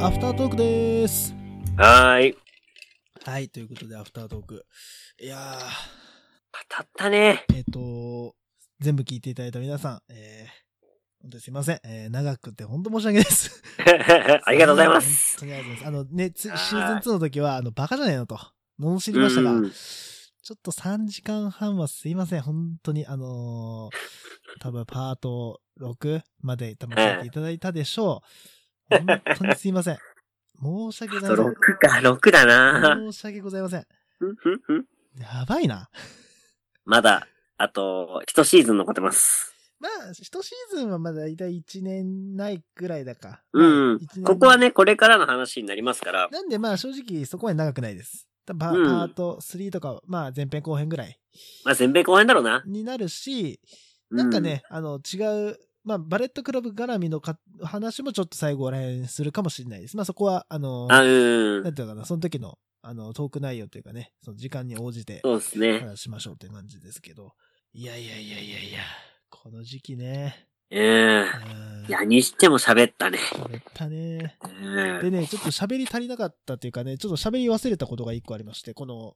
アフタートークでーす。はーい。はい、ということで、アフタートーク。いや当たったね。 ー、えっ、と、全部聞いていただいた皆さん、えー、本当にすいません。えー、長くて本当申し訳ないです。ありがとうございます。本当にありがとうございます。あのね、つシはいーズン2の時は、あの、バカじゃないのと、罵りましたが、うんちょっと3時間半はすいません。本当に、あのー、多分パート6まで多分聞いていただいたでしょう。本当にすいません。申し訳ございませそう、6か、6だな。ん。申し訳ございません。ふんふんふんやばいな。まだ、あと、一シーズン残ってます。まあ、一シーズンはまだ大体1年ないぐらいだか。うん一年。ここはね、これからの話になりますから。なんでまあ正直そこまで長くないです。多分パうんパート3とか、まあ前編後編ぐらいまあ、全米後編だろうな。になるし、なんかね、あの違う、まあバレットクラブ絡みのか話もちょっと最後らへんするかもしれないです。まあそこは、あのうん。、あ、うんな。んていうのかな、その時の、あの、トーク内容というかね、その時間に応じてそうですね。話しましょうって感じですけど。いやいやいやいやいや、この時期ね。うん。うんいや、にしても喋ったね。喋ったね。うん。でね、ちょっと喋り足りなかったっていうかね、ちょっと喋り忘れたことが一個ありまして、この、お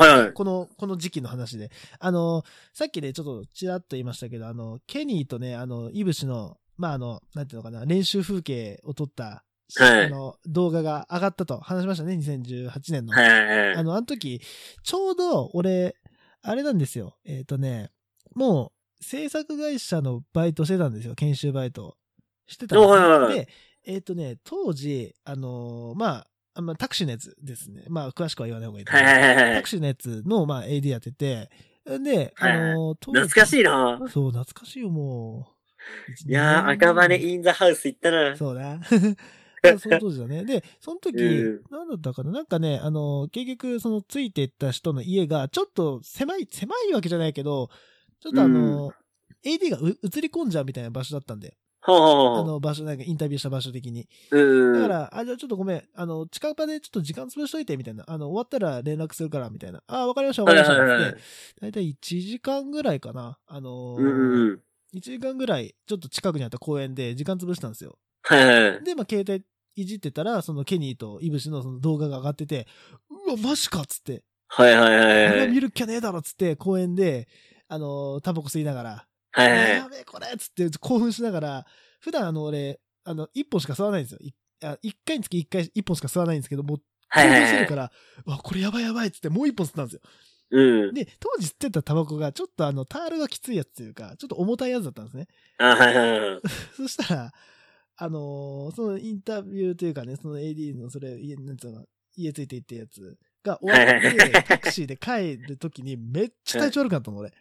はいはいこの、この時期の話で。あの、さっきね、ちょっとちらっと言いましたけど、あの、ケニーとね、あの、イブシの、まあ、あの、なんていうのかな、練習風景を撮った、はいあの、動画が上がったと話しましたね、2018年の。はいはいはあい。の、あの時、ちょうど俺、あれなんですよ。えっ、とね、もう、制作会社のバイトしてたんですよ。研修バイト。してたんですおはいはよ。いはいで、えっ、とね、当時、あのーまあ、あまあ、タクシーのやつですね。まあ、詳しくは言わない方がいいと思はう。いはいはいはタいク。シーのやつの、まあ、AD やってて、で、あはいはいのー当時懐かしいな。そう、懐かしいよ、もう。いやー、赤羽いインザハウス行ったな。そう だ。その当時だね。で、その時、うんなんだったかななんかね、あの、結局、そのついていった人の家が、ちょっと狭い、狭いわけじゃないけど、ちょっとあの、AD がう映り込んじゃうみたいな場所だったんで、ほうあほうほの場所、なんかインタビューした場所的に。う。うん。だから、あ、じゃあちょっとごめん、あの、近場でちょっと時間潰しといて、みたいな。あの、終わったら連絡するから、みたいな。あ、わかりました、わかりました。はいはいはいってだいたい1時間ぐらいかな。あの、うんうんうん。 1時間ぐらい、ちょっと近くにあった公園で時間潰したんですよ。はいはいはい。で、まあ、携帯いじってたら、そのケニーとイブシのその動画が上がってて、うわ、マジかっつって、はいはいはあいれは。はい見るっきゃねえだろっつって、公園で、あのータバコ吸いながら、はいはいはやべえこれっつって興奮しながら、普段あの、俺、あの、一本しか吸わないんですよ。いあ一回につき一回、一本しか吸わないんですけど、もう、興い。は奮いしはているはかい。ら、うわ、これやばいやばいっつって、もう一本吸ったんですよ。うん。で、当時吸ってたタバコが、ちょっとあの、タールがきついやつというか、ちょっと重たいやつだったんですね。あ、はいはいはい。そしたら、あのーそのインタビューというかね、その AD のそれ、家、なんつうの、家ついていってやつが終わっはいはいはて、いタクシーで帰るときにめっちゃ体調悪くなったの、俺。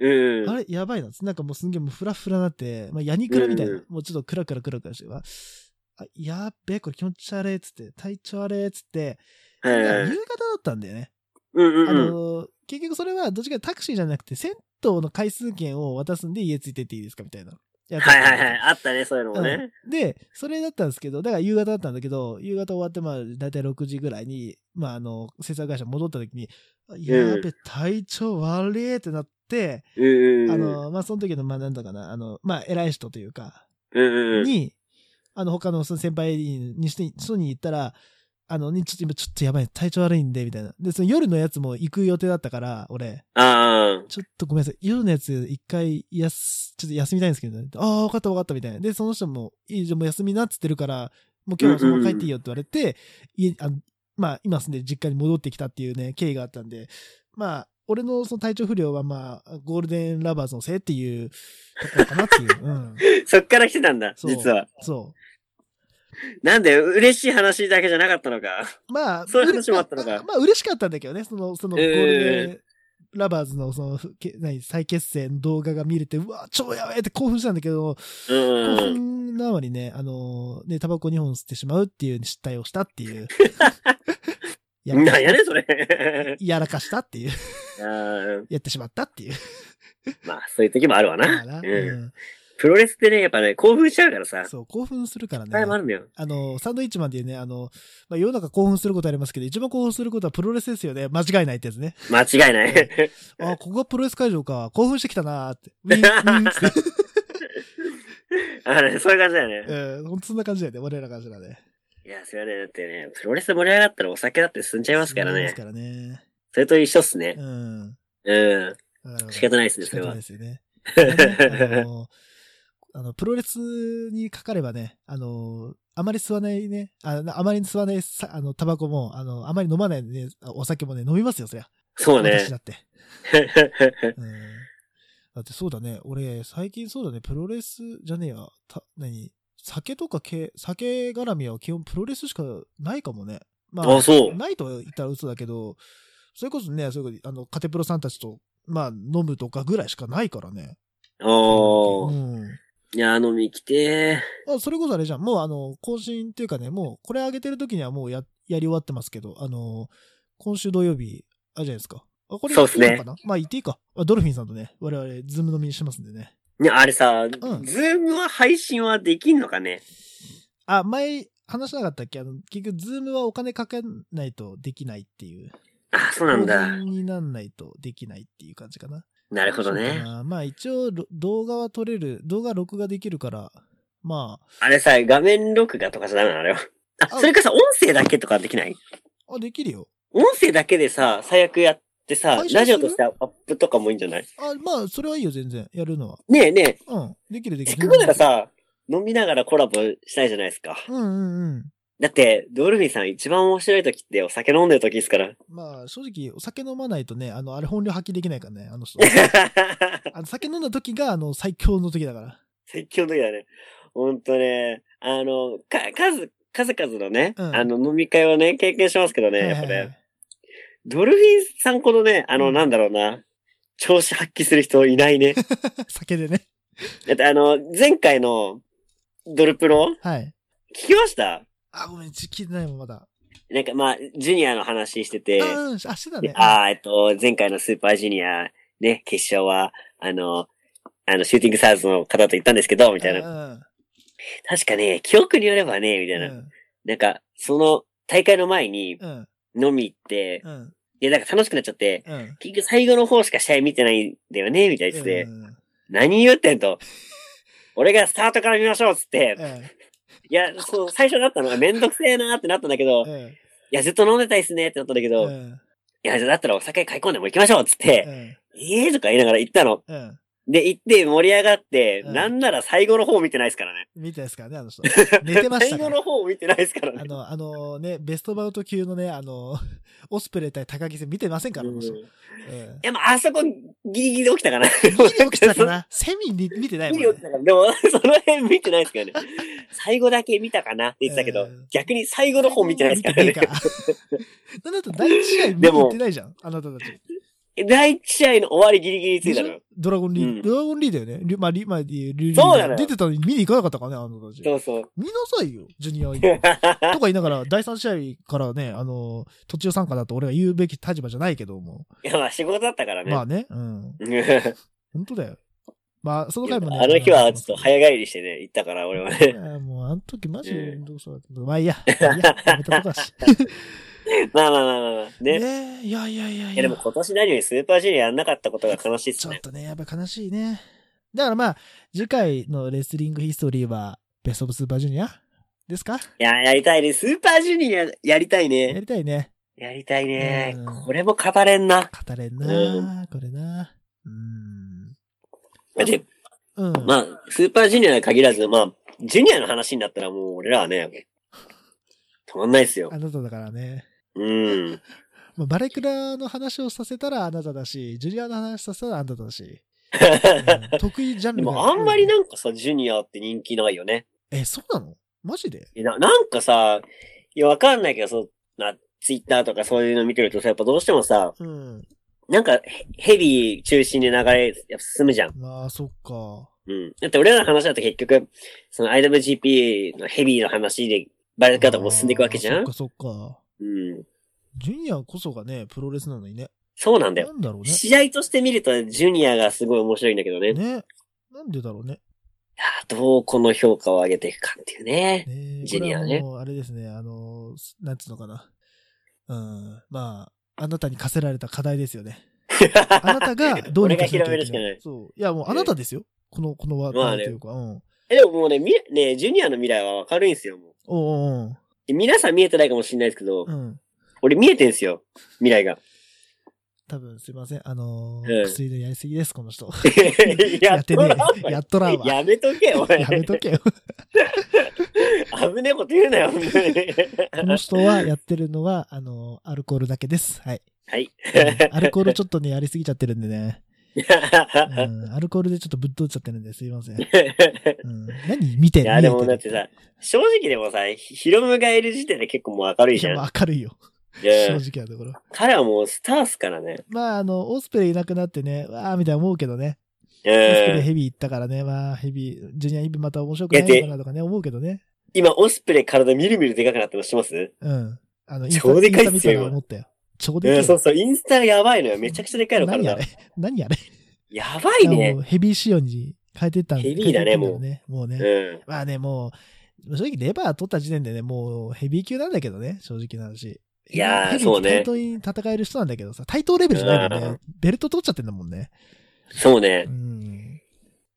うん。あれ、やばいな。なんかもうすんげえもうフラフラなって、まあ、ヤニクラみたいなうん。もうちょっとクラクラクラクラして、わあ、やっべえ、これ気持ち悪いっつって、体調悪いっつって、そはれいがはい夕はい。方だったんだよね。うんうんあうん。のー結局それはどっちかというとタクシーじゃなくて、銭湯の回数券を渡すんで家ついてっていいですかみたいな。はいはいはいはい。あったね、そういうのもね。うんで、それだったんですけど、だから夕方だったんだけど、夕方終わって、まあ、だいたい6時ぐらいに、まあ、あの、制作会社戻った時に、やべ、体調悪いってなって、うんうん。あ、の、まあ、その時の、まあ、なんだかな、あの、まあ、偉い人というか、うんうんうん。に、あの、他のその先輩にして、人に行ったら、あの、ねちょっと今、ちょっとやばい、体調悪いんで、みたいな。で、その夜のやつも行く予定だったから、俺、あちょっとごめんなさい。夜のやつ、一回、やす、ちょっと休みたいんですけどね。ああ、わかったわかったみたいな。で、その人も、いいじゃんもう休みなっつってるから、もう今日はそのまま帰っていいよって言われて、家、あのまあ、今住んでる実家に戻ってきたっていうね、経緯があったんで、まあ、俺のその体調不良はまあ、ゴールデンラバーズのせいっていうところかなって いう。うん。あ。そっから来てたんだ、そう実は。そなんで、嬉しい話だけじゃなかったのか。う。まあ、そういう話もあったのか まあまあ、嬉しかったんだけどね、その、その、ゴールデンラバーズのその、け何、再結成の動画が見れて、うわ、超やべえって興奮したんだけど、う興ん。奮のあまりね、あのーね、タバコ2本吸ってしまうっていう失態をしたって いう。やらなかんやねん、それ。やらかしたっていう。 あーやってしまったっていう。まあ、そういう時もあるわだかな。らうん。うんプロレスってね、やっぱね、興奮しちゃうからさ。そう、興奮するからあれもね。あるんだよ。あの、サンドイッチマンでいうね、あの、まあ、世の中興奮することありますけど、一番興奮することはプロレスですよね。間違いないってやつ ね。間違いない。あ、ここがプロレス会場か。興奮してきたなー って。ウィン、ウィンっつって。あれ、そういう感じだよね。うん、ほんとそんな感じだよね。我らからしたらね。いや、それはね、だってね、プロレス盛り上がったらお酒だって進んじゃいますかそらうでねす。からね。それと一緒っすね。うん。うん。だから仕方ないっすね、仕それ方ないは。ですよね。あの、 あのプロレスにかかればね、あの、あまり吸わないね、ああまり吸わないさあの、タバコも、あの、あまり飲まないね、お酒もね、飲みますよ、そりゃ。そうね私。だ って。うん。だってそうだね、俺、最近そうだね、プロレスじゃねえや、た、何酒とかけ、酒絡みは基本プロレスしかないかもね。まあ、そう。ないと言ったら嘘だけど、それこそね、それこそあの、カテプロさんたちと、まあ、飲むとかぐらいしかないからね。おうー。ん。いや、飲み来てあそれこそあれじゃん、もうあの、更新っていうかね、もう、これ上げてる時にはもうや、やり終わってますけど、あの、今週土曜日、あれじゃないですか。あ、これ、そうっすねいいのかなまあ、言っていいか。あドルフィンさんとね、我々、ズーム飲みにしてますんでね。ー。ね、あれさ、ズんームは配信はできんのかねあ、前、話しなかったっけあの、結局、ズームはお金かけないとできないっていう。あ、そうなん法人だ。になんないとできないっていう感じかな。なるほそどうねか。なまあ一応ろ動画は撮れる、動画録画できるから、まあれさ、画面録画とかじゃダメなのあれは。あ、あそれかさ、音声だけとかできないあ、あ、できるよ。音声だけでさ、最悪やってさ配信、するラジオとしてアップとかもいいんじゃないあ、まあそれはいいよ全然、やるのは。ねえねえ、うん、できるできせっる。かくならさ、飲みながらコラボしたいじゃないですか。うんうんうん。だって、ドルフィンさん一番面白い時ってお酒飲んでる時ですから。 まあ正直お酒飲まないとね、あの、あれ本領発揮できないからね、あの 人。あの酒飲んだ時があの最強の時だから。最強の時だね。ほんとね、あの、か、数、数々のね、うんあの飲み会をね、経験しますけどね、はいやはっぱいはいね、ドルフィンさんこのね、あの、うんなんだろうな、調子発揮する人いな いね。酒でね。だってあの、前回のドルプロ、はい。聞きましたあ、ごめん、ち聞いてないもんまだ。なんかまあ、ジュニアの話してて、あ、うん、あ、してたね。ああ、えっと、前回のスーパージュニア、ね、決勝は、あの、あの、シューティングサーズの方と言ったんですけど、みたいな。な。確かね、記憶によればね、みうたいん。うな。ん。なんか、その大会の前にうん。飲み行って、うん。いや、なんか楽しくなっちゃって、うん。結局最後の方しか試合見てないんだよね、みたいな言ってて、うん何言ってんと。俺がスタートから見ましょうっつって、うんいや、そう、最初だったのがめんどくせえなーってなったんだけど、い うんや、ずっと飲んでたいっすねってなったんだけど、ういんや、じゃあだったらお酒買い込んでも行きましょうっつって、うんええーとか言いながら行ったの。うん。で、行って盛り上がって、うんなんなら最後の方見てないですからね。見てないですからね、あの 人。寝てましたか最後ら。の方見てないですからあね。の、あのね、ベストバウト級のね、あの、オスプレイ対高木戦見てませんから、あうのん人。いうんや、まあ、あそこギリギリで起きたかな。見て起きてた かなセミに見てないもギんリ起きね。たか な。でも、その辺見てないですからね。最後だけ見たかなって言ってたけど、うん逆に最後の方見てないですから見ねて。ねえかなんだったら第一試合見に行ってないじゃん、あなたたち。第一試合の終わりギリギリついたのよ。ドラゴンリうんー、ドラゴンリーだよね。リュまあ、リ、まあ、リュリュそうなのよ出てたのに見に行かなかったからね、あなたたち。そうそう。見なさいよ、ジュニアにとか言いながら、第三試合からね、あの、途中参加だと俺が言うべき立場じゃないけども。いや、まあ、仕事だったからね。 まあね、うん。本当だよ。まあ、その回もね。あの日はちょっと早帰りしてね、行ったから、俺はね。いやもう、あの時マジでうん面倒くさかった。まあいいや。いいややめとこうかし。 まあまあまあまあまあ。ね。ねえいやいやいやいいや。や、でも今年何よりスーパージュニアやんなかったことが悲しいっちすょっね。とね、やっぱ悲しいね。だからまあ、次回のレスリングヒストリーは、ベストオブスーパージュニアですかいや、やりたいね。スーパージュニアやりたいやね。りたいね。やりたいねうん。これも語れんな。語れんなこれなうん。で、うん。まあ、スーパージュニアに限らず、まあ、ジュニアの話になったらもう俺らはね、止まんないっすよあ。なただからね。うん。まあ、バレクラの話をさせたらあなただし、ジュニアの話させたらあなただし。 うん得意ジャンでルがもあんまりなんかさ、ジュニアって人気ないよね。え、そうなのマジでななんかさ、いや、わかんないけど、そう、な、ツイッターとかそういうの見てるとさ、やっぱどうしてもさ、うん。なんかヘヘビー中心で流れ、やっぱ進むじゃん。まあ、そっか。うん。だって俺らの話だと結局、その IWGP のヘビーの話でバレ方も進んでいくわけじゃあんーそっかそっか。うん。ジュニアこそがね、プロレスなのにね。そうなんだよ。なんだろうね。試合として見ると、ジュニアがすごい面白いんだけどね。ね。なんでだろうね。あーどうこの評価を上げていくかっていうね。ねジュニアねこれはもうあれですね、あの、すなんつうのかな。うん。まあ、あなたに課せられた課題ですよ ね。あなたがどうにかしなきゃいけ俺が広めるしかないそう。いや、もうあなたですよ。この、この話まあ題ねというか。うん。えでももうね、みね、ジュニアの未来は明るいんですよ、もう。おうおうおうで皆さん見えてないかもしれないですけど、うん。俺見えてんすよ。未来が。多分すいません。あのうー、ん薬のやりすぎです、この人。 や やっってとねらんわえ。やっとらんわ。やめとけ、お前。やめと けよ。危ねえこと言うなよ、ほんとにこの人はやってるのは、あのー、アルコールだけです。はい。はい。 うんアルコールちょっとね、やりすぎちゃってるんでね。 うん、アルコールでちょっとぶっ飛んじゃってるんですいません。うん、何見ていや、でも見だえってさ、正直でもさ、ひヒロムがいる時点で結構もう明るいじいゃやん。もう明るいよ。う正ん直なところ。彼はもうスターっすからね。まあ、あの、オスプレイいなくなってね、わーみたいな思うけどね。うオスプレイん。ヘビー行ったからね、まあ、ヘビー、ジュニアヘビーまた面白くないのかなとかね、思うけどね。今、オスプレイ体みるみるでかくなってますしてますうん。あの、インスタ超でかいっすよインスタ見たら思ったよ。超でうかん、いそうよ。そう、インスタやばいのよ。めちゃくちゃでかいの、何あ体れ。何あれやばいもね。うヘビー仕様に変えてったんヘビーだね変えてったんねもうね。うん。まあね、もう、正直レバー取った時点でね、もうヘビー級なんだけどね、正直な話。いやーヘビーそうね対等に戦える人なんだけどさ、対等レベルじゃないもんうね。ベルト取っちゃってんだもんね。そうねう。ん。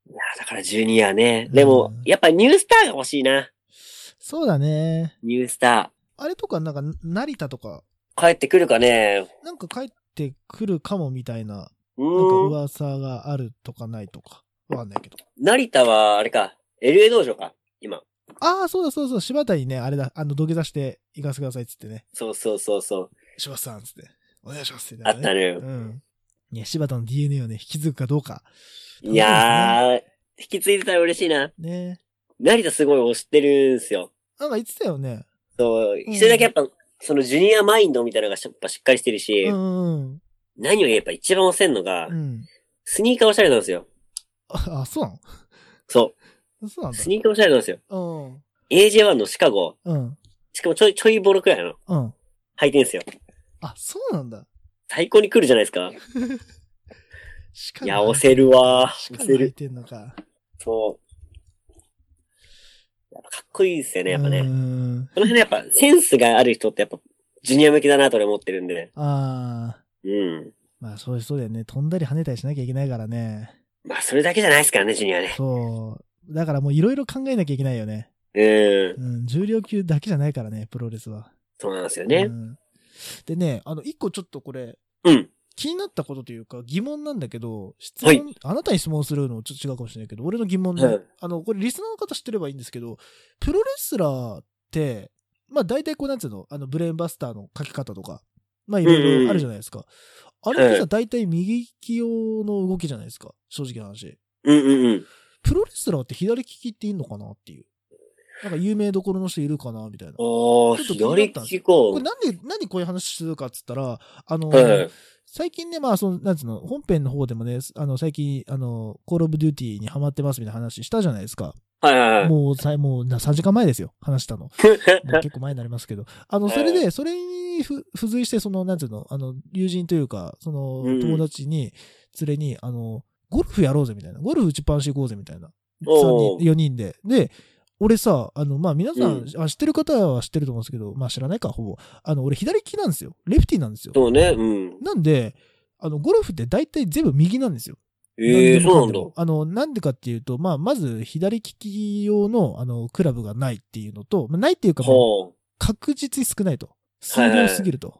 いや、だからジュニアね。でもうん、やっぱニュースターが欲しいな。そうだね。ニュースタあれとか、なんか、成田とか、ー。帰ってくるかね。なんか帰ってくるかもみたいな、うなんかーん。噂があるとかないとか、わかんないけど。成田は、あれか、LA 道場か、今。ああ、そうだそうだそう、柴田にね、あれだ、あの、土下座して行かせてくださいっつってね。そうそうそうそう。柴田さんっつって、お願いしますって、あったね。ねう。ん。いや、柴田の DNA をね、引き継ぐかどうか。いやー、引き継いでたら嬉しいな。ね成田すごい推してるんすよ。なんか言ってたよね。そう、うん一人だけやっぱ、そのジュニアマインドみたいなのがしやっぱしっかりしてるし、うんうん何よりやっぱ一番推せんのが、うん。うん。スニーカーおしゃれなんですよ。あ、あそうなそのそうなんう、だス。ニーカーおしゃれなんですよ。うん。 AJ1 のシカゴ、うん。しかもちょい、ちょいボロくらいの、うん。履いてんすよ。あ、そうなんだ。最高に来るじゃないですか。しかいや、押せるわしー。かも押せ入っる。てんのか。そう。やっぱかっこいいですよね、やっぱね。うーこん。の辺やっぱセンスがある人ってやっぱ、ジュニア向きだなと俺思ってるんでね。ああ。うん。まあそうそうだよね。飛んだり跳ねたりしなきゃいけないからね。まあ、それだけじゃないですからね、ジュニアね。そう。だからもういろいろ考えなきゃいけないよね。うん。うん。重量級だけじゃないからね、プロレスは。そうなんですようね。んでね、あの、一個ちょっとこれ、うん。気になったことというか疑問なんだけど、質問、はいあなたに質問するのちょっと違うかもしれないけど、俺の疑問ね、はいあの、これリスナーの方知ってればいいんですけど、プロレスラーって、まあ大体こうなんつうの、あの、ブレーンバスターの書き方とか、まあいろいろあるじゃないですか。あれってはさ、大体右利き用の動きじゃないですか、正直な話。うんうんうん。プロレスラーって左利きっていいのかなっていう。なんか有名どころの人いるかなみたいな。こおー、ちょっと気になっ左利たんですきか。れなんで、なんでこういう話するかっつったら、あの、はい。最近ね、まあ、その、なんつうの、本編の方でもね、あの、最近、あの、コールオブデューティーにハマってますみたいな話したじゃないですか。はいはいはい。もう、さいもうな、3時間前ですよ、話した の。もう結構前になりますけど。あの、それで、それにふ付随して、その、なんつうの、あの、友人というか、そのう、ん友達に、連れに、あの、ゴルフやろうぜみたいな。ゴルフ打ちっぱなし行こうぜみたいな。3おう人、4人で。で、俺さ、あの、まあ、皆さんう、あ知ってる方は知ってると思うんですけど、まあ、知らないか、ほぼ。あの、俺、左利きなんですよ。レフティーなんですよ。 そうね、うん。なんで、あの、ゴルフって大体全部右なんですよ。ええ何でもそうかなんでだ。もあの、なんでかっていうと、まあ、まず左利き用の、あの、クラブがないっていうのと、まあ、ないっていうか、もうほ確実に少ないと。数量すぎると。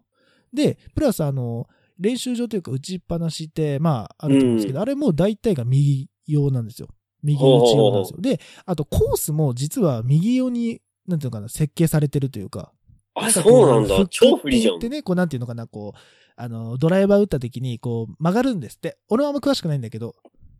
で、プラス、あの、練習場というか打ちっぱなしって、まあ、あると思うんですけど、あれも大体が右用なんですよ。右打ち用なんですよ。で、あとコースも実は右用に、なんていうのかな、設計されてるというか、う。あ、かこそうなんだ。超不利じゃフックんって。ね、こうなんていうのかな、こう、あの、ドライバー打った時に、こう、曲がるんですって。俺はあんま詳しくないんだけど、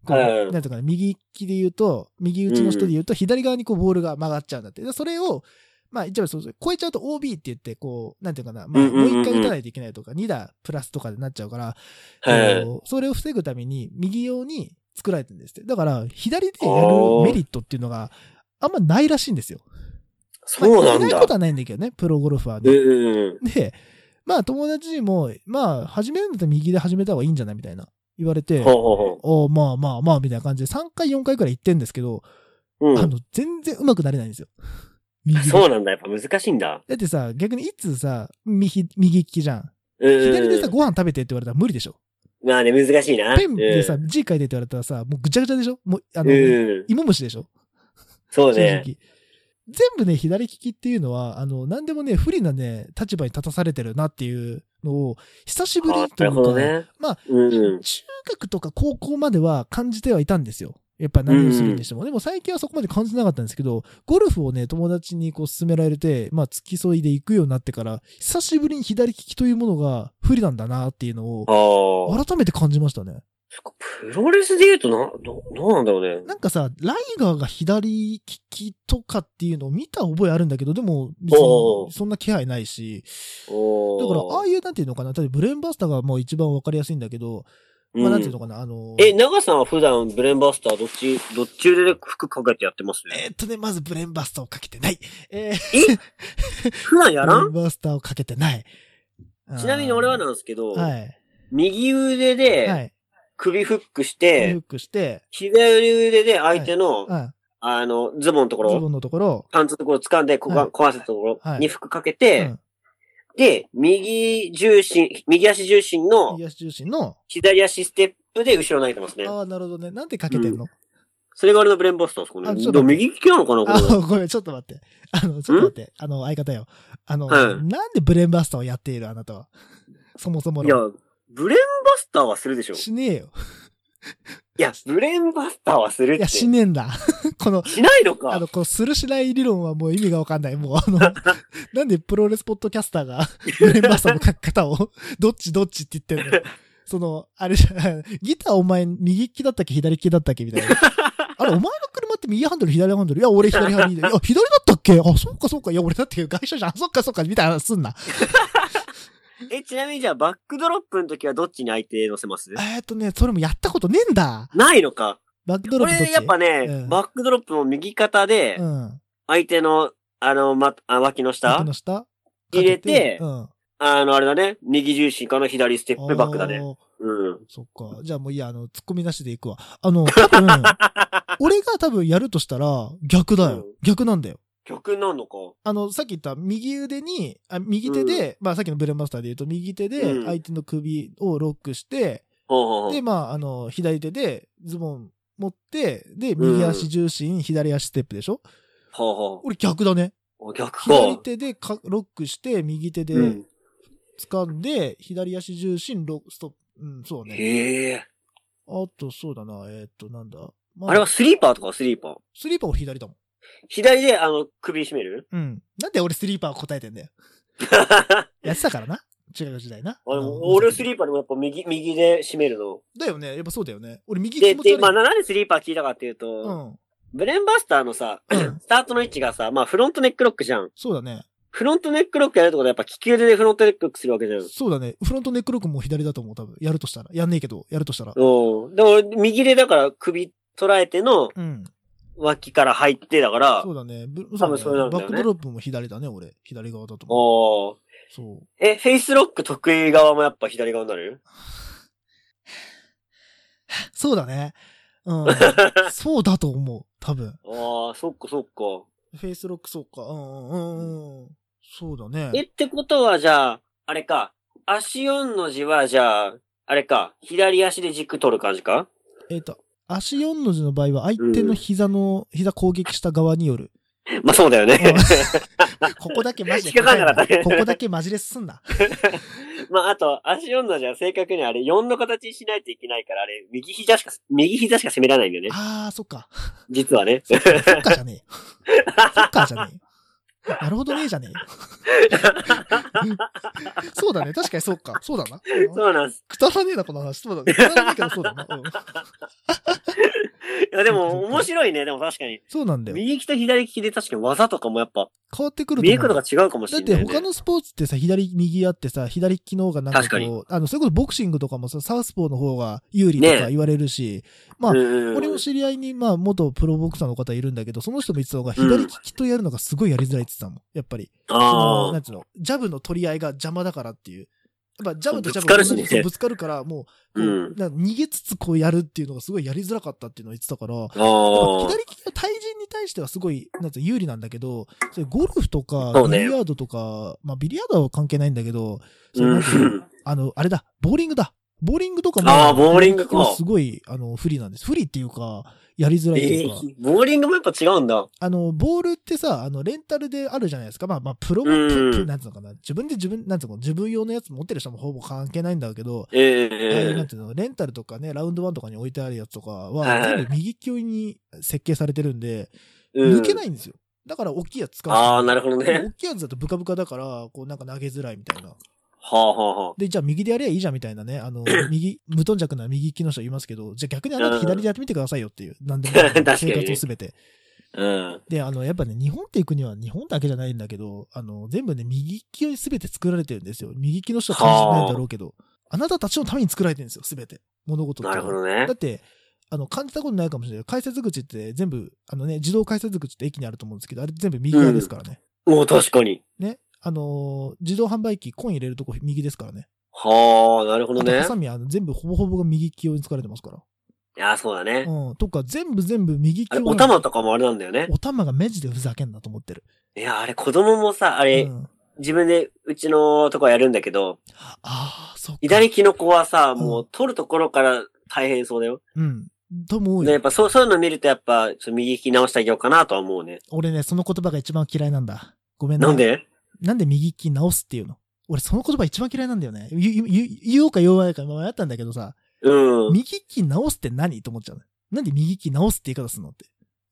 こうはいはいはいなんていうのかな、右利きで言うと、右打ちの人で言うと、左側にこう、ボールが曲がっちゃうんだって。でそれを、まあ、一応そうそう、超えちゃうと OB って言って、こう、なんていうのかな、まあ、うんうんもううんうん一回打たないといけないとか、2打プラスとかでなっちゃうから、はいあ。のそれを防ぐために、右用に作られてるんですって。だから、左でやるメリットっていうのが、あんまないらしいんですよ。そうなんまあいなだいこと。はないんだけどね、プロゴルファーうでんう んで、まあ友達にも、まあ始めるんだったら右で始めた方がいいんじゃないみたいな言われうてん。ほう、ほうほおうまあまあまあみたいな感じで3回4回くらい行ってんですけど、う。うあん。の、全然上手くなれないんですよ。右で。 そうなんだ。やっぱ難しいんだ。だってさ、逆にいつさ、右、右利きじゃん。うんうんうん。左でさ、ご飯食べてって言われたら無理でしょ。まあね、難しいな。ペンでさう、字書いてって言われたらさ、もうぐちゃぐちゃでしょもう、あんの、うん。芋虫でしょそう正ね。直。全部ね、左利きっていうのは、あの、なんでもね、不利なね、立場に立たされてるなっていうのを、久しぶりとないうるか、ほどね。まあ、うん。中学とか高校までは感じてはいたんですよ。やっぱ何をするにしても。でも最近はそこまで感じなかったんですけど、ゴルフをね、友達にこう勧められて、まあ付き添いで行くようになってから、久しぶりに左利きというものが不利なんだなっていうのを、ああ。改めて感じましたね。プロレスで言うとな、ど、どうなんだろうね。なんかさ、ライガーが左利きとかっていうのを見た覚えあるんだけど、でも、別おにうそんな気配ないし、おだから、ああいいう、なんていうのかな、例えばブレーンバスターがもう一番わかりやすいんだけど、うまあなんていうののかな、あの、え、長さんは普段ブレンバスターどっち、どっちで服かけてやってますえーっとね、まずブレーンバスターをかけてない。えー普段やらブんレーンバスターをかけてない。 ちなみに俺はなんはですけど、はい。右腕はでい。首フックしフて、ックして、左腕で相手の、うん。あの、ズボンのとこズボろ、ンのところ、パンツのところ掴んで、ここはがい壊せたとこはろいに服かけうて、ん。で、右重心、右足重心の右足重心の、左足ステップで後ろ投げてますね。ああ、なるほどね。なんてかけてんのそれが俺のブレンバスターですこれあちょっとでも右利きなのかなこれ。あ、ごめん、ちょっと待って。あの、ちょっと待って。あの、相方よ。あの、うなんでブレーンバスターをやっているあなたは。そもそもいやの。、ブレンバスターはするでしょ。いしねえよ。や、ブレンバスターはするっいて。や、ししねえんだ。 この、ないのあかの、こう、するしない理論はもう意味がわかんない。もう、あ の、なんでプロレスポッドキャスターが、 ブレンバスターの書き方を、どっちどっちって言ってんのその、あれじゃ、 ギターお前、右利きだったっけ左利きだったっけみた いな。あれ、お前の車って右ハンドル、左ハンドルいや、俺左ハンドル。いや、 左だったっけあ、そうかそうか。いや、俺だって外車じゃん。あそっかそっか。みたいな話すんな。え、ちなみにじゃあバックドロップの時はどっちに相手乗せますえーっとね、それもやったことねえんだ。ないのか。バックドロこップどっれちやっぱね、うんバックドロップも右肩でう、ん。相手の、あの、ま、あ脇の下、僕の下かけ入れてうん。あの、あれだね、右重心かの左ステップバックだあね。ーうん。そっか。じゃあもういいや、あの、ツッコミなしでいくわ。あ の、多分、俺が多分やるとしたら、逆だよ。うん逆なんだよ。曲になるのか。あの、さっき言った右腕に、あ右手で、まあさっきのブレンマスターで言うと、右手うでん相手の首をロックして、ほうほうほで、う。まあ、あの、左手でズボン持って、で、右足重心、左足ステップでしょほうほう俺逆だね。お。逆か。左手でかロックして、右手でうん。掴んで、左足重心、ロック、ストップ。うん、そうね。へえ。あと、そうだな、えーっと、なんだ。まあれはスリーパーとかスリーパー。スリーパー俺左だもん。左で、あの、首絞め るうん。なんで俺スリーパー答えてんだ よ。やってたからな。中学時代な。俺あのも俺スリーパーでもやっぱ右、右で締めるの。だよね。やっぱそうだよね。俺右で、気持ちで、まあ、悪い。なんでスリーパー聞いたかっていうと、うん。ブレンバスターのさ、うんスタートの位置がさ、まあ、フロントネックロックじゃん。そうだね。フロントネックロックやるとこでやっぱ利き腕でフロントネックロックするわけじゃん。そうだね。フロントネックロックも左だと思う、多分。やるとしたら。やんねえけど、やるとしたら。うん。で、俺、右でだから首捉えてのうん。脇から入ってだから、そうだね。ぶ多分それなんだバよックねドロップも左だね、俺。左側だと思う。おーそう。え、フェイスロック得意側もやっぱ左側になるそうだね。 うん。そうだと思う、多分。ああ、そっかそっか。フェイスロックそうか。うんうんうんうん。そうだね。え、ってことはじゃあ、あれか。足4の字はじゃあ、あれか。左足で軸取る感じかえっ、と、足4の字の場合は相手の膝の、膝攻撃した側による。まあそうだよね。ここだけマジで引っかかんなかったねここだけマジレスすんな。まああと、足4の字は正確にあれ4の形にしないといけないから、あれ、右膝しか、右膝しか攻められないんだよね。あー、そっか。実はね。そっか、そっかじゃねえよ。そっかじゃねえよ。なるほどねえじゃねえよ。そうだね。確かにそうか。そうだな。そうなんです。くだらねえな、この話。そうだね。くだらねえけどそうだな。うんいやでも面白いね、でも確かに。そうなんだよ。右利きと左利きで確かに技とかもやっぱ、変わってくる見え思う方が違うかもしだっれてない、ね。他のスポーツってさ、左、右あってさ、左利きの方がなんか確かこにう、あの、それこそボクシングとかもさ、サウスポーの方が有利とかね言われるし、まあうんうん俺の知り合いに、まあ、元プロボクサーの方いるんだけど、その人も言ってたのが、左利きとやるのがすごいやりづらいって言ってたもん、やっぱり。そあの、ーなんつうの、ジャブの取り合いが邪魔だからっていう。やっぱ、ジャブとジャブぶつかがるしねそうぶつかるから、もう、こううんなんか逃げつつこうやるっていうのがすごいやりづらかったっていうのを言ってたから、あー。左利きの対人に対してはすごい、なんて有利なんだけど、それゴルフとかそ、うビねリヤードとか、まあビリヤードは関係ないんだけど、それうなんんていうのあの、あれだ、ボーリングだ。ボーリングとかも、あーボーリングかすごい、あの、不利なんです。不利っていうか、やりづらいとえいえうか、ボーリングもやっぱ違うんだ。あの、ボールってさ、あの、レンタルであるじゃないですか。まあ、まあ、プロも、うんププなんつうのかな。自分で自分、なんつうの、自分用のやつ持ってる人もほぼ関係ないんだけど、ええああいうなんていうの、レンタルとかね、ラウンドワンとかに置いてあるやつとかはは、い全部右利きに設計されてるんで、うん抜けないんですよ。だから大きいやつ使う。ああ、なるほどね。大きいやつだとブカブカだから、こうなんか投げづらいみたいな。はあ、はあ、はで、じゃあ右でやりゃいいじゃんみたいなね、あ の、右、無頓着な右利きの人いますけど、じゃあ逆にあなた左でやってみてくださいよっていう、なんでも 確かに生活をすべて。あ。うん。で、あの、やっぱね、日本っていう国は日本だけじゃないんだけど、あの、全部ね、右利きをすべて作られてるんですよ。右利きの人は感じないだろうけど、あなたたちのために作られてるんですよ、すべて。物事って。なるほどねだ。って、あの、感じたことないかもしれないけど。改札口って全部、あのね、自動改札口って駅にあると思うんですけど、あれ全部右側ですからね。もう確かに。ね。あのー自動販売機、コイン入れるとこ右ですからね。はあ、なるほどあと、ね。ハサミはあの全部ほぼほぼが右利き用に使われてますから。いや、そうだね。うん。とか、全部全部右利きあれ、用お玉とかもあれなんだよね。お玉がマジでふざけんなと思ってる。いや、あれ、子供もさ、あうれ、ん。自分で、うちのとこやるんだけど、ああー、そっか。左利きの子はさ、もうんう、取るところから大変そうだよ。うん。と思うよね、やっぱ、そう、そういうの見ると、やっぱ、ちょっと右利き直してあげようかなとは思うね。俺ね、その言葉が一番嫌いなんだ。ごめんなんでなんで右利き直すっていうの俺その言葉一番嫌いなんだよね。言う言う言おうか言わないか迷ったんだけどさ、うん。右利き直すって何と思っちゃうの。なんで右利き直すって言い方するのって。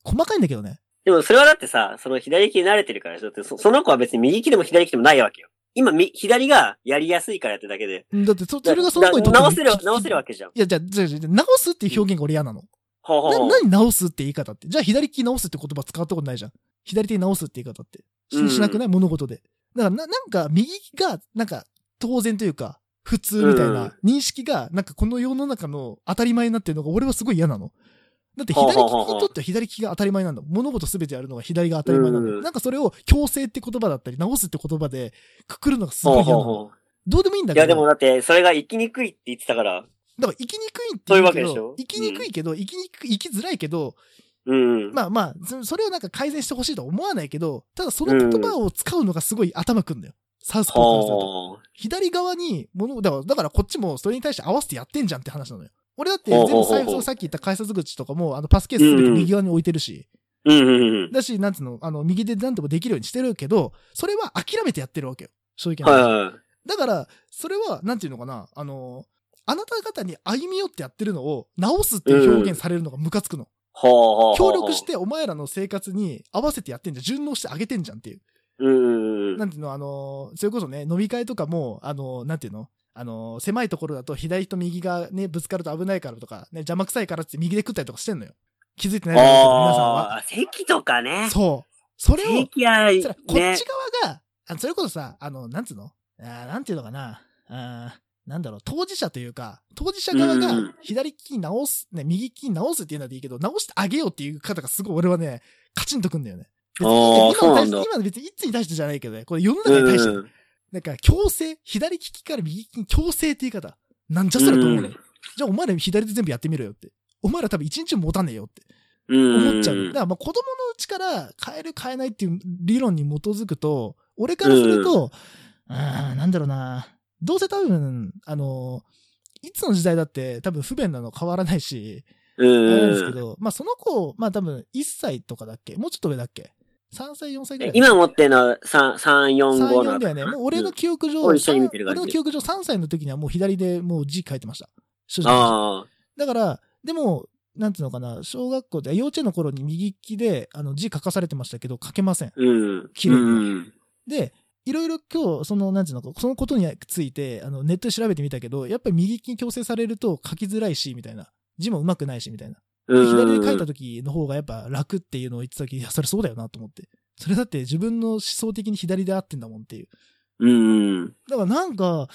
細かいんだけどね。でもそれはだってさ、その左利きに慣れてるからでしょだってそその子は別に右利きでも左利きでもないわけよ。今、み左がやりやすいからやってだけで。だってそ、それがその子にとって直せる、直せるわけ。けじゃん。いや、じゃあ、じゃあじゃあ直すっていう表現が俺嫌なの。ほうほうほな、う何直すって言い方って。じゃあ、左利き直すって言葉使ったことないじゃん。左手に直すって言い方って。うしんしなくない物事で。だから、な、なんか、右が、なんか、当然というか、普通みたいな認識が、なんかこの世の中の当たり前になってるのが俺はすごい嫌なの。だって左利きにとっては左利きが当たり前なんだ。物事すべてやるのが左が当たり前なんうだ。んなんかそれを強制って言葉だったり、直すって言葉でくくるのがすごほいう嫌ほうなの。ほどうでもいいんだう。けいど。やでもだって、それが生きにくいって言ってたかだら。から、生きにくいってそういううわけけでしどょ、生きにくいけど、生きにくい、生きづらいけど、うん。まあまあ、そそれをなんか改善してほしいとは思わないけど、ただその言葉を使うのがすごい頭くんだよ。サウスポーからすると。ほう。左側に物を、だから、だからこっちもそれに対して合わせてやってんじゃんって話なのよ。俺だってほ全うほ部うほう財布をさっき言った改札口とかも、あの、パスケースすべて右側に置いてるし、うんうんうん。だし、なんつうの、あの、右手でなんとかできるようにしてるけど、それは諦めてやってるわけよ。正直なはい話はいはい。だから、それは、なんていうのかな、あの、あなた方に歩み寄ってやってるのを直すっていう表現されるのがムカつくの。ほうほうほう。協力し。てお前らの生活に合わせてやってんじゃん。順応してあげてんじゃんっていう。うんうんう。なんんていうの、あの、それこそね、飲み会とかも、あの、なんていうのあの、狭いところだと左と右がね、ぶつかると危ないからとか、ね、邪魔くさいからっつって右で食ったりとかしてんのよ。気づいてないだろうけど、皆さんは。ああ、席とかね。そう。それを、席や、そらねこ。っち側が、あそれこそさ、あの、なんつうのあーなんていうのかなあーなんだろう、当事者というか、当事者側うがん左利き直す、ね、右利き直すっていうのはいいけど、直してあげようっていう方がすごい俺はね、カチンとくんだよね。別あに今の対ーしそうなんだ今の別にいつに対してじゃないけどね、これ世のう中にん対してね、うん。なんか強制、左利きから右利きに強制って言い方。なんじゃそれと思うね、うんじゃあお前ら左で全部やってみろよって。お前ら多分一日も持たねえよって。うん。思っちゃう。だからまあ子供のうちから変える変えないっていう理論に基づくと、俺からすると、あーなんだろうな。どうせ多分、あの、いつの時代だって多分不便なの変わらないし、うあれなんですんけど、まあその子、まあ多分1歳とかだっけもうちょっと上だっけ ?3 歳、4歳ぐうらん。い。今持ってるのは3、3、4、5 3、の4あだたよりね。かな。もう俺の記憶上、うん一緒に三見てる感俺じの記憶上3歳の時にはもう左でもう字書いてました。正うん直ああ。だから、でも、なんていうのかな、小学校で、幼稚園の頃に右利きで、あの、字書かされてましたけど、書けません。うん。綺麗にうん。で、いろいろ今日、その、なんていうのか、そのことについて、あの、ネットで調べてみたけど、やっぱり右利きに強制されると書きづらいし、みたいな。字も上手くないし、みたいな。で左で書いた時の方がやっぱ楽っていうのを言ってた時、いや、それそうだよなと思って。それだって自分の思想的に左で合ってんだもんっていう。うん。だからなんか、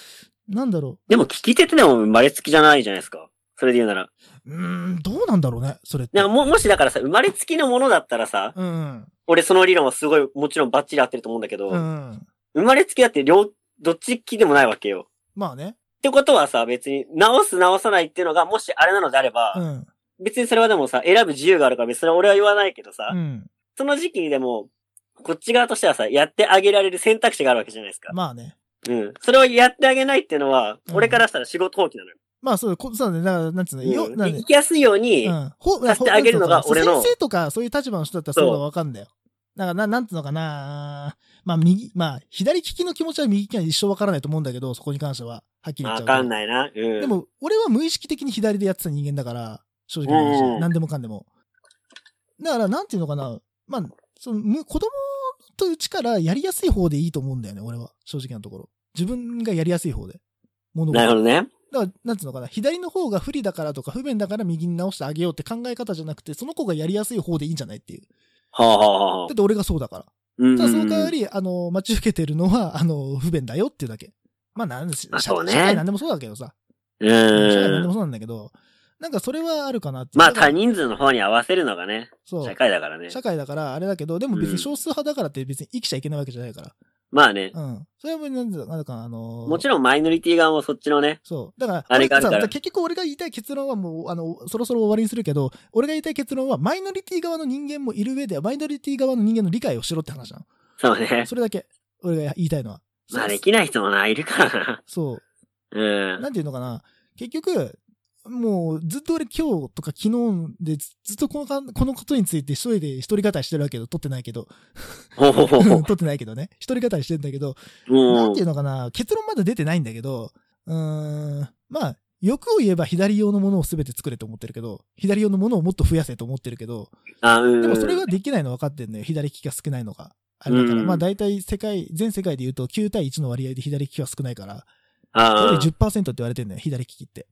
なんだろでも聞き手ってでも生まれつきじゃないじゃないですか。それで言うなら。う。うーん、どうなんだろうね、それって。なんかうも、もしだからさ、生まれつきのものだったらさ、ん。俺その理論はすごい、もちろんバッチリ合ってると思うんだけど、うん。生まれつきだって両、どっち利きでもないわけよ。まあね。ってことはさ、別に直す直さないっていうのが、もしあれなのであれば、うん。別にそれはでもさ、選ぶ自由があるから別にそれは俺は言わないけどさ、うん。その時期にでも、こっち側としてはさ、やってあげられる選択肢があるわけじゃないですか。まあね。うん。それをやってあげないっていうのは、俺からしたら仕事放棄なのよ。まあそう、こそうだね。だから、なんつうの、よ、なん行きやすいように、うん。ほさせてあげるのが俺の先生とかそういう立場の人だったらそういうのわかるんだよ。だから、な、なんつうのかなまあ、右、まあ、左利きの気持ちは右利きは一生わからないと思うんだけど、そこに関しては。はっきり言っちゃわうと。かんないな。うん。でも、俺は無意識的に左でやってた人間だから、正直な話、うんうん何でもかんでも。だから、なんていうのかな、まあ、その、む子供とうちからやりやすい方でいいと思うんだよね、俺は。正直なところ。自分がやりやすい方で。物なるほ事。どね。だから、なんていうのかな、左の方が不利だからとか、不便だから右に直してあげようって考え方じゃなくて、その子がやりやすい方でいいんじゃないっていう。はあ、はあはあはあだっ、て俺がそうだから。うんうんたうだんその代わり、あの、待ち受けてるのは、あの、不便だよっていうだけ。まあ、なんですまあ社そうね社会なんでもそうだけどさ。う社会なんんでもそうなんだけど、なんかそれはあるかなっていう。まあ、だから他人数の方に合わせるのがね、そう社会だからね。社会だからあれだけど、でも別うんに少数派だからって別に生きちゃいけないわけじゃないから。まあね、うん。それは別になんだなんだか、あのーもちろんマイノリティ側もそっちのね、そう。だから、あれがあるから俺さ結局俺が言いたい結論はもう、あの、そろそろ終わりにするけど、俺が言いたい結論は、マイノリティ側の人間もいる上では、マイノリティ側の人間の理解をしろって話なそうの。ね。それだけ。俺が言いたいのは。まあ、できない人もな、いるから な。そう。うん。なんていうのかな、結局、もうずっと俺今日とか昨日でずずっとこのかこのことについて一人で一人語りしてるわけど、撮ってないけど、ほうほうほうほう 撮ってないけどね、一人語りしてんだけど、なうんていうのかな、結論まだ出てないんだけど、うーん、まあ、欲を言えば左用のものを全て作れと思ってるけど、左用のものをもっと増やせと思ってるけど、あ、うん。でもそれができないの分かってんのよ、左利きが少ないのが。あれだから、うんまあ大体世界、全世界で言うと9対1の割合で左利きは少ないから、そあれで。あ10%って言われてんのよ、左利きって。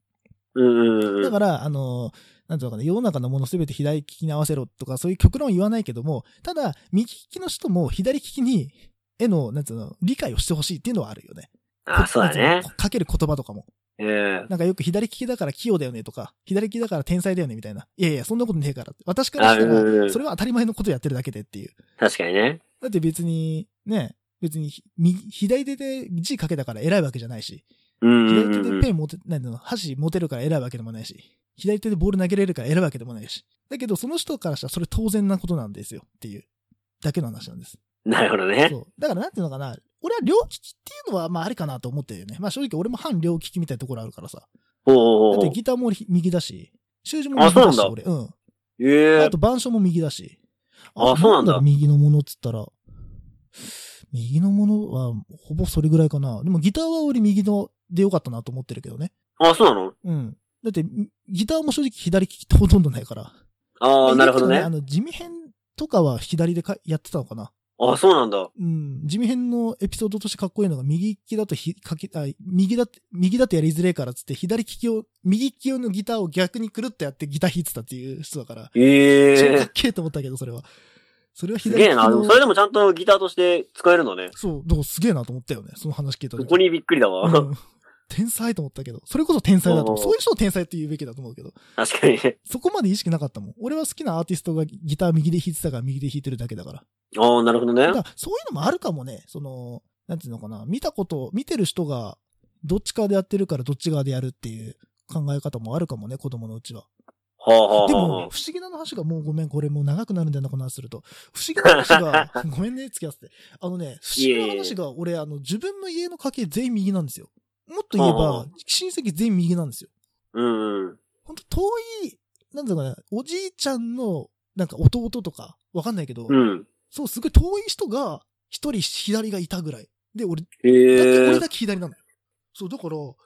うんうんうだん。から、あの、なんていうのかな、世の中のものすべて左利きに合わせろとか、そういう極論言わないけども、ただ、右利きの人も左利きに、への、なんていうの、理解をしてほしいっていうのはあるよね。あ、そうだなんねてい。の。かける言葉とかも。うん。なんかよく左利きだから器用だよねとか、左利きだから天才だよねみたいな。いやいや、そんなことねえからって。私からしたあうんうんうら、んそれは当たり前のことやってるだけでっていう。確かにね。だって別に、ね、別に、右、左手で字書けたから偉いわけじゃないし。うんうん左手うんでペン持て、なんていうの、箸持てるから偉いわけでもないし、左手でボール投げれるから偉いわけでもないし。だけど、その人からしたらそれ当然なことなんですよっていう、だけの話なんです。なるほどねそ。う。だからなんていうのかな、俺は両利きっていうのは、まあありかなと思ってるよね。まあ正直俺も反両利きみたいなところあるからさ。ほうほうだっほうてほギターも俺右だし、習字も右だあし、そうなん俺。うん。う。ええあと、板書も右だし。あそうなんだろ右のものっつったら。右のものは、ほぼそれぐらいかな。でもギターは俺右のでよかったなと思ってるけどね。あ、そうなのうん。だって、んギターも正直左利きってほとんどないから。ああ、なるほどあね。の、地味編とかは左でかやってたのかな。あ、そうなんだ。うん。地味編のエピソードとしてかっこいいのが、右利きだとひ、かき、あ、右だって、右だとやりづれえからっつって、左利きを、右利き用のギターを逆にくるっとやってギター弾いてたっていう人だから。え超かえっ。けえと思ったけど、それは。それはす左げ利えきな。でのもそれでもちゃんとギターとして使えるのね。そう、どうすげえなと思ったよね。その話聞いたこ時こにびっくりだわ。うん天才と思ったけど、それこそ天才だと思う。うんそういう人を天才って言うべきだと思うけど。確かに。そこまで意識なかったもん。俺は好きなアーティストがギター右で弾いてたから右で弾いてるだけだから。ああ、なるほどねだ。からそういうのもあるかもね。その、なんていうのかな。見たこと、見てる人がどっち側でやってるからどっち側でやるっていう考え方もあるかもね、子供のうちは。はあはあではあも、。不思議な話が、もうごめん、これもう長くなるんだよな、この話すると。不思議な話が、ごめんね、付き合わせて。あのね、不思議な話が、俺、あの、自分の家の家系全員右なんですよ。もっと言えはあはばあ、親戚全員右なんですよ。うんうん。ほんと遠い、なんだろうかな、おじいちゃんの、なんか弟とか、わかんないけど、うん。そう、すごい遠い人が、一人左がいたぐらい。で、俺、だってへ俺え。だけ左なのよ。そう、だから、不思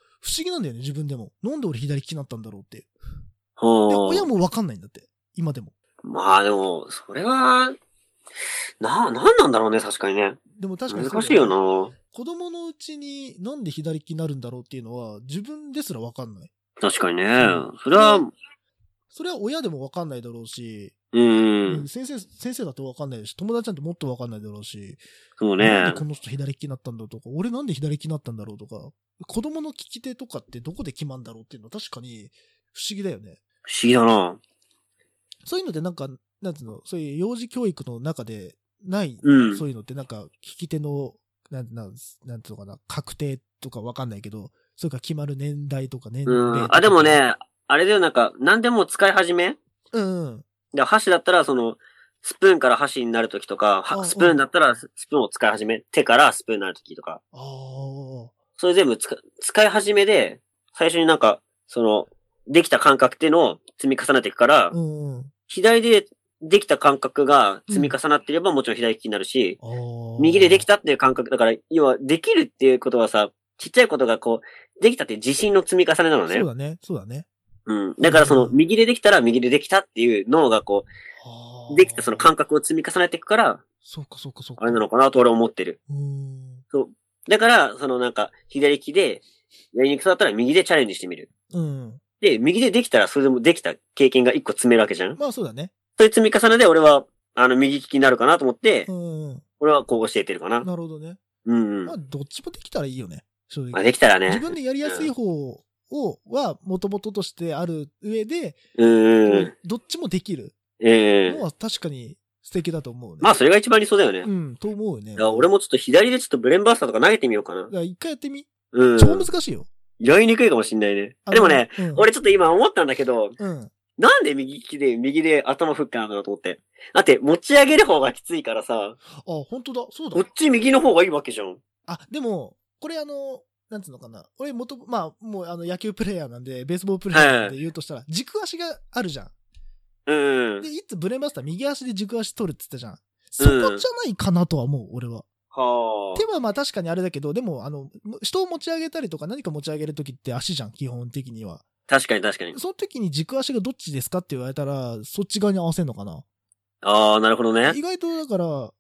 議なんだよね、自分でも。なんで俺左利きになったんだろうって。で、は親あ。もわかんないんだって、今でも。まあでも、それは、な、なんなんだろうね、確かにね。でも確かにそうだ難しいよな。子供のうちになんで左利きになるんだろうっていうのは自分ですらわかんない。確かにね。それは、それは親でもわかんないだろうし、うん。先生、先生だってわかんないし、友達なんてもっとわかんないだろうし、そうなねんで。この人左利きになったんだとか、俺なんで左利きになったんだろうとか、子供の利き手とかってどこで決まんだろうっていうのは確かに不思議だよね。不思議だな。そういうのってなんか、なんていうの、そういう幼児教育の中でない、うんそういうのってなんか、聞き手の、なん、なん、なんていうのかな、確定とかわかんないけど、それから決まる年代とか年齢うとん。かあ、でも、ね、あれだよ、なんか、何でも使い始めうんうん。で箸だったら、その、スプーンから箸になるときとか、あはスプーンだったらススプーンを使い始め、手からスプーンになるときとか、ああ、それ全部つか使い始めで、最初になんか、その、できた感覚っていうのを積み重ねていくから、うんうん。左でできた感覚が積み重なっていればもちろん左利きになるし、あー右でできたっていう感覚、だから、要は、できるっていうことはさ、ちっちゃいことがこう、できたっていう自信の積み重ねなのねそう。だね。そうだね。うん。だからその、右でできたら右でできたっていう脳がこあう、ーできたその感覚を積み重ねていくから、そうかそうかそうか。あれなのかなと俺は思ってる。うん。だから、そのなんか、左利きで、やりにくそうだったら右でチャレンジしてみる。うん。で、右でできたらそれでもできた経験が一個積めるわけじゃん。 まあそうだね。そういう積み重ねで俺は、あの、右利きになるかなと思ってう、んうん。俺はこう教えてるかな。なるほどね。うんまうあん。どっちもできたらいいよね。正直。まあ、できたら自ね。分でやりやすい方を、は、もともととしてある上で、うんうん。どっちもできるうんの。は確かに素敵だと思うね。まあ、それが一番理想だよね。うん、と思うよね。いや俺もちょっと左でちょっとブレンバースターとか投げてみようかなだ。から一回やってみ。うん。超難しいよ。やりにくいかもしんないね。あのでもね、、うん、俺ちょっと今思ったんだけど、うん。なんで右利きで、右で頭フックなのかなと思って。だって、持ち上げる方がきついからあ、さ、本当だ。そうこだっ。ち右の方がいいわけじゃん。あ、でも、これあの、なんつうのかな。俺元々、まあ、もうあの野球プレイヤーなんで、ベースボールプレイヤーなんで言うとしたら、軸足があるじゃん。うんで、。いつブレマスター右足で軸足取るって言ったじゃん。そこじゃないかなとは思う、俺は。は手はまあ確かにあれだけど、でも、あの、人を持ち上げたりとか何か持ち上げるときって足じゃん、基本的には。あ。確かに確かに。その時に軸足がどっちですかって言われたら、そっち側に合わせんのかな。ああ、なるほどね意。外とだから、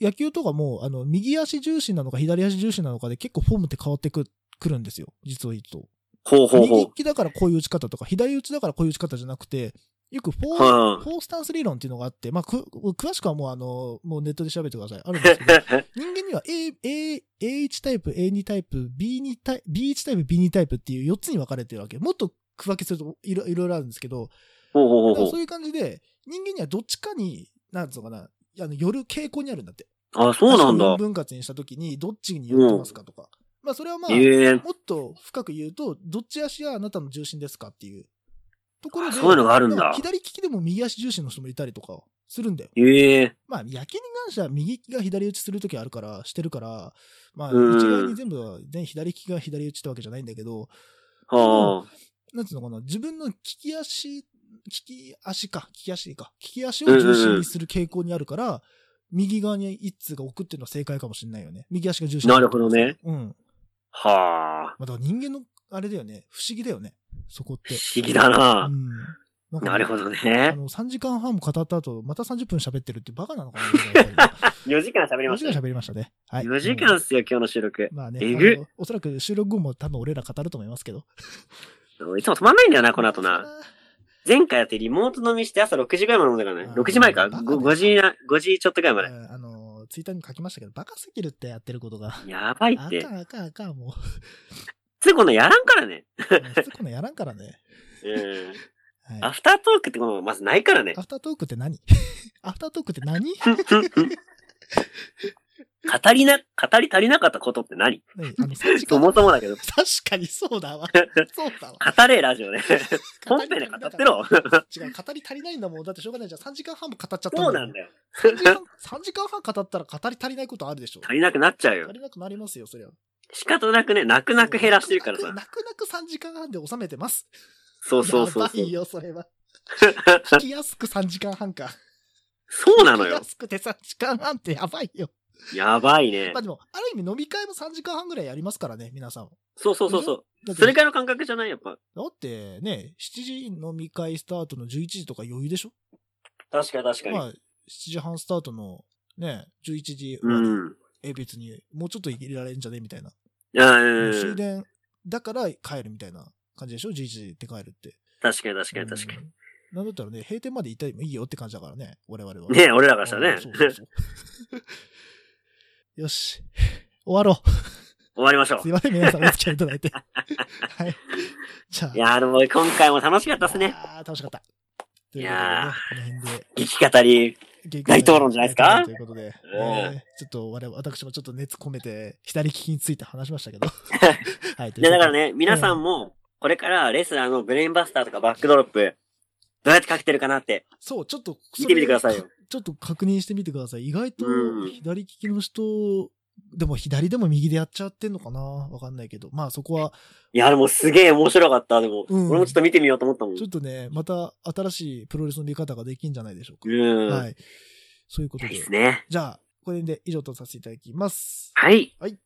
野球とかも、あの、右足重心なのか左足重心なのかで結構フォームって変わってく、くるんですよ。実を言うと。ほうほうほ右利う。きだからこういう打ち方とか、左打ちだからこういう打ち方じゃなくて、よくフォー、はフォースタンス理論っていうのがあって、まあ、く、詳しくはもうあの、もうネットで調べてください。あるんです けど、あ。人間には A、A、A1 タイプ、A2 タイプ、B2 タイプ、B1 タイプ、B2 タイプっていう4つに分かれてるわけ。もっと区分けするといろいろいろあるんですけど、ほうほうだかほらうほそういう感じで、人間にはどっちかに、なんつうのかな、あの、寄る傾向にあるんだって。う。あ、そうなん確かだに。分割にしたときに、どっちに寄ってますかとか。まあ、それはまあ、ええもっと深く言うと、どっち足があなたの重心ですかっていうところあで、そういうのがあるんだかだら。左利きでも右足重心の人もいたりとかするんだよ。ええ。まあ、野球に関しては右利きが左打ちするときあるから、してるから、まあ、うん一概に全部は、ね、左利きが左打ちってわけじゃないんだけど、はなんつうのかな、自分の利き足、利き足か、利き足か、利き足を重心にする傾向にあるから、右側に一通が置くっていうのは正解かもしれないよね。右足が重心。なるほどね。うん。あ。はあ。まあ、だから人間の、あれだよね。不思議だよね。そこって。不思議だなう。ん。んかなるほどあね。の、3時間半も語った後、また30分喋ってるってバカなのかな 4時間喋り4まし時た間喋ね。りましたね。はい。 4時う間んっすよ、今日の収録。まあね、えぐっあのおそらく収録後も多分俺ら語ると思いますけど。いつも止まんないんだよな、この後な。。前回だってリモート飲みして朝6時ぐらいまで飲んだからね。あー6時前かバカね 5, ?5 時な、5時ちょっとぐらいまで。うんあの、ツイッターにも書きましたけど、バカすぎるってやってることが。やばいあって。かんあかんあかん、 もついこんなんやらんからね。う。普通こんなんやらんからね。うん。はい。アフタートークってものまずないからね ア。フタートークって何アフタートークって何 語りな、語り足りなかったことって何何あの、3時そ間。も確そもだけど。かにそうだ わ。そうだわ。語れ、ラジオね。本編で語ってろ。違う、語り足りないんだもん。だってしょうがないじゃん。3時間半も語っちゃったそうなんだよ。よ。 3時間3時間半語ったら語り足りないことあるでしょ。足りなくなっちゃうよ足。りなくなりますよ、そりゃ。仕方なくね、泣く泣く減らしてるからさ。泣く泣く3時間半で収めてます。そうそうそうそやうばい。よ、それ は。聞きやすく3時間半か。そうなの聞よきや。すくて3時間半ってやばいよ。やばいねまあ。でも、ある意味飲み会も3時間半ぐらいやりますからね、皆さん。そうそうそうそだう。ってそれからいの感覚じゃないやっぱ。だってね、7時飲み会スタートの11時とか余裕でしょ確かに確まかに。あ、7時半スタートのね、11時、うん。え、別に、もうちょっと入れられんじゃねみたいな。うん終電だから帰るみたいな感じでしょ ?11 時で帰るって。確かに確かに確かうんなんだったらね、閉店までいたりもいいよって感じだからね、我々は。に。ねえ俺らからしたらうんね。そ終うそうそう よし。終わろわりましょう。すいません、皆さんお付き合いいた だいて。はい。じゃあ。う。いやーでも今回も楽しかったっすね。あー楽しかった。といいうやことでね、この辺で。生き語り。大討論じゃないですかということで、うんえーちょっと我々、私もちょっと熱込めて、左利きについて話しました けど。はい。ということでいやだから。ね、皆さんも、これからレスラーのブレインバスターとかバックドロップ、どうやってかけてるかなって、そう、ちょっと、見てみてくださいよ。ちょっと確認してみてください。意外とうん左利きの人でも左でも右でやっちゃってんのかなわかんないけど。まあそこは、いや、でもすげえ面白かった。でも、うん俺もちょっと見てみようと思ったもん。ちょっとね、また新しいプロレスの見方ができんじゃないでしょうか。うん。、はいい。そういうこといでで。すね。じゃあ、これで以上とさせていただきます。はい。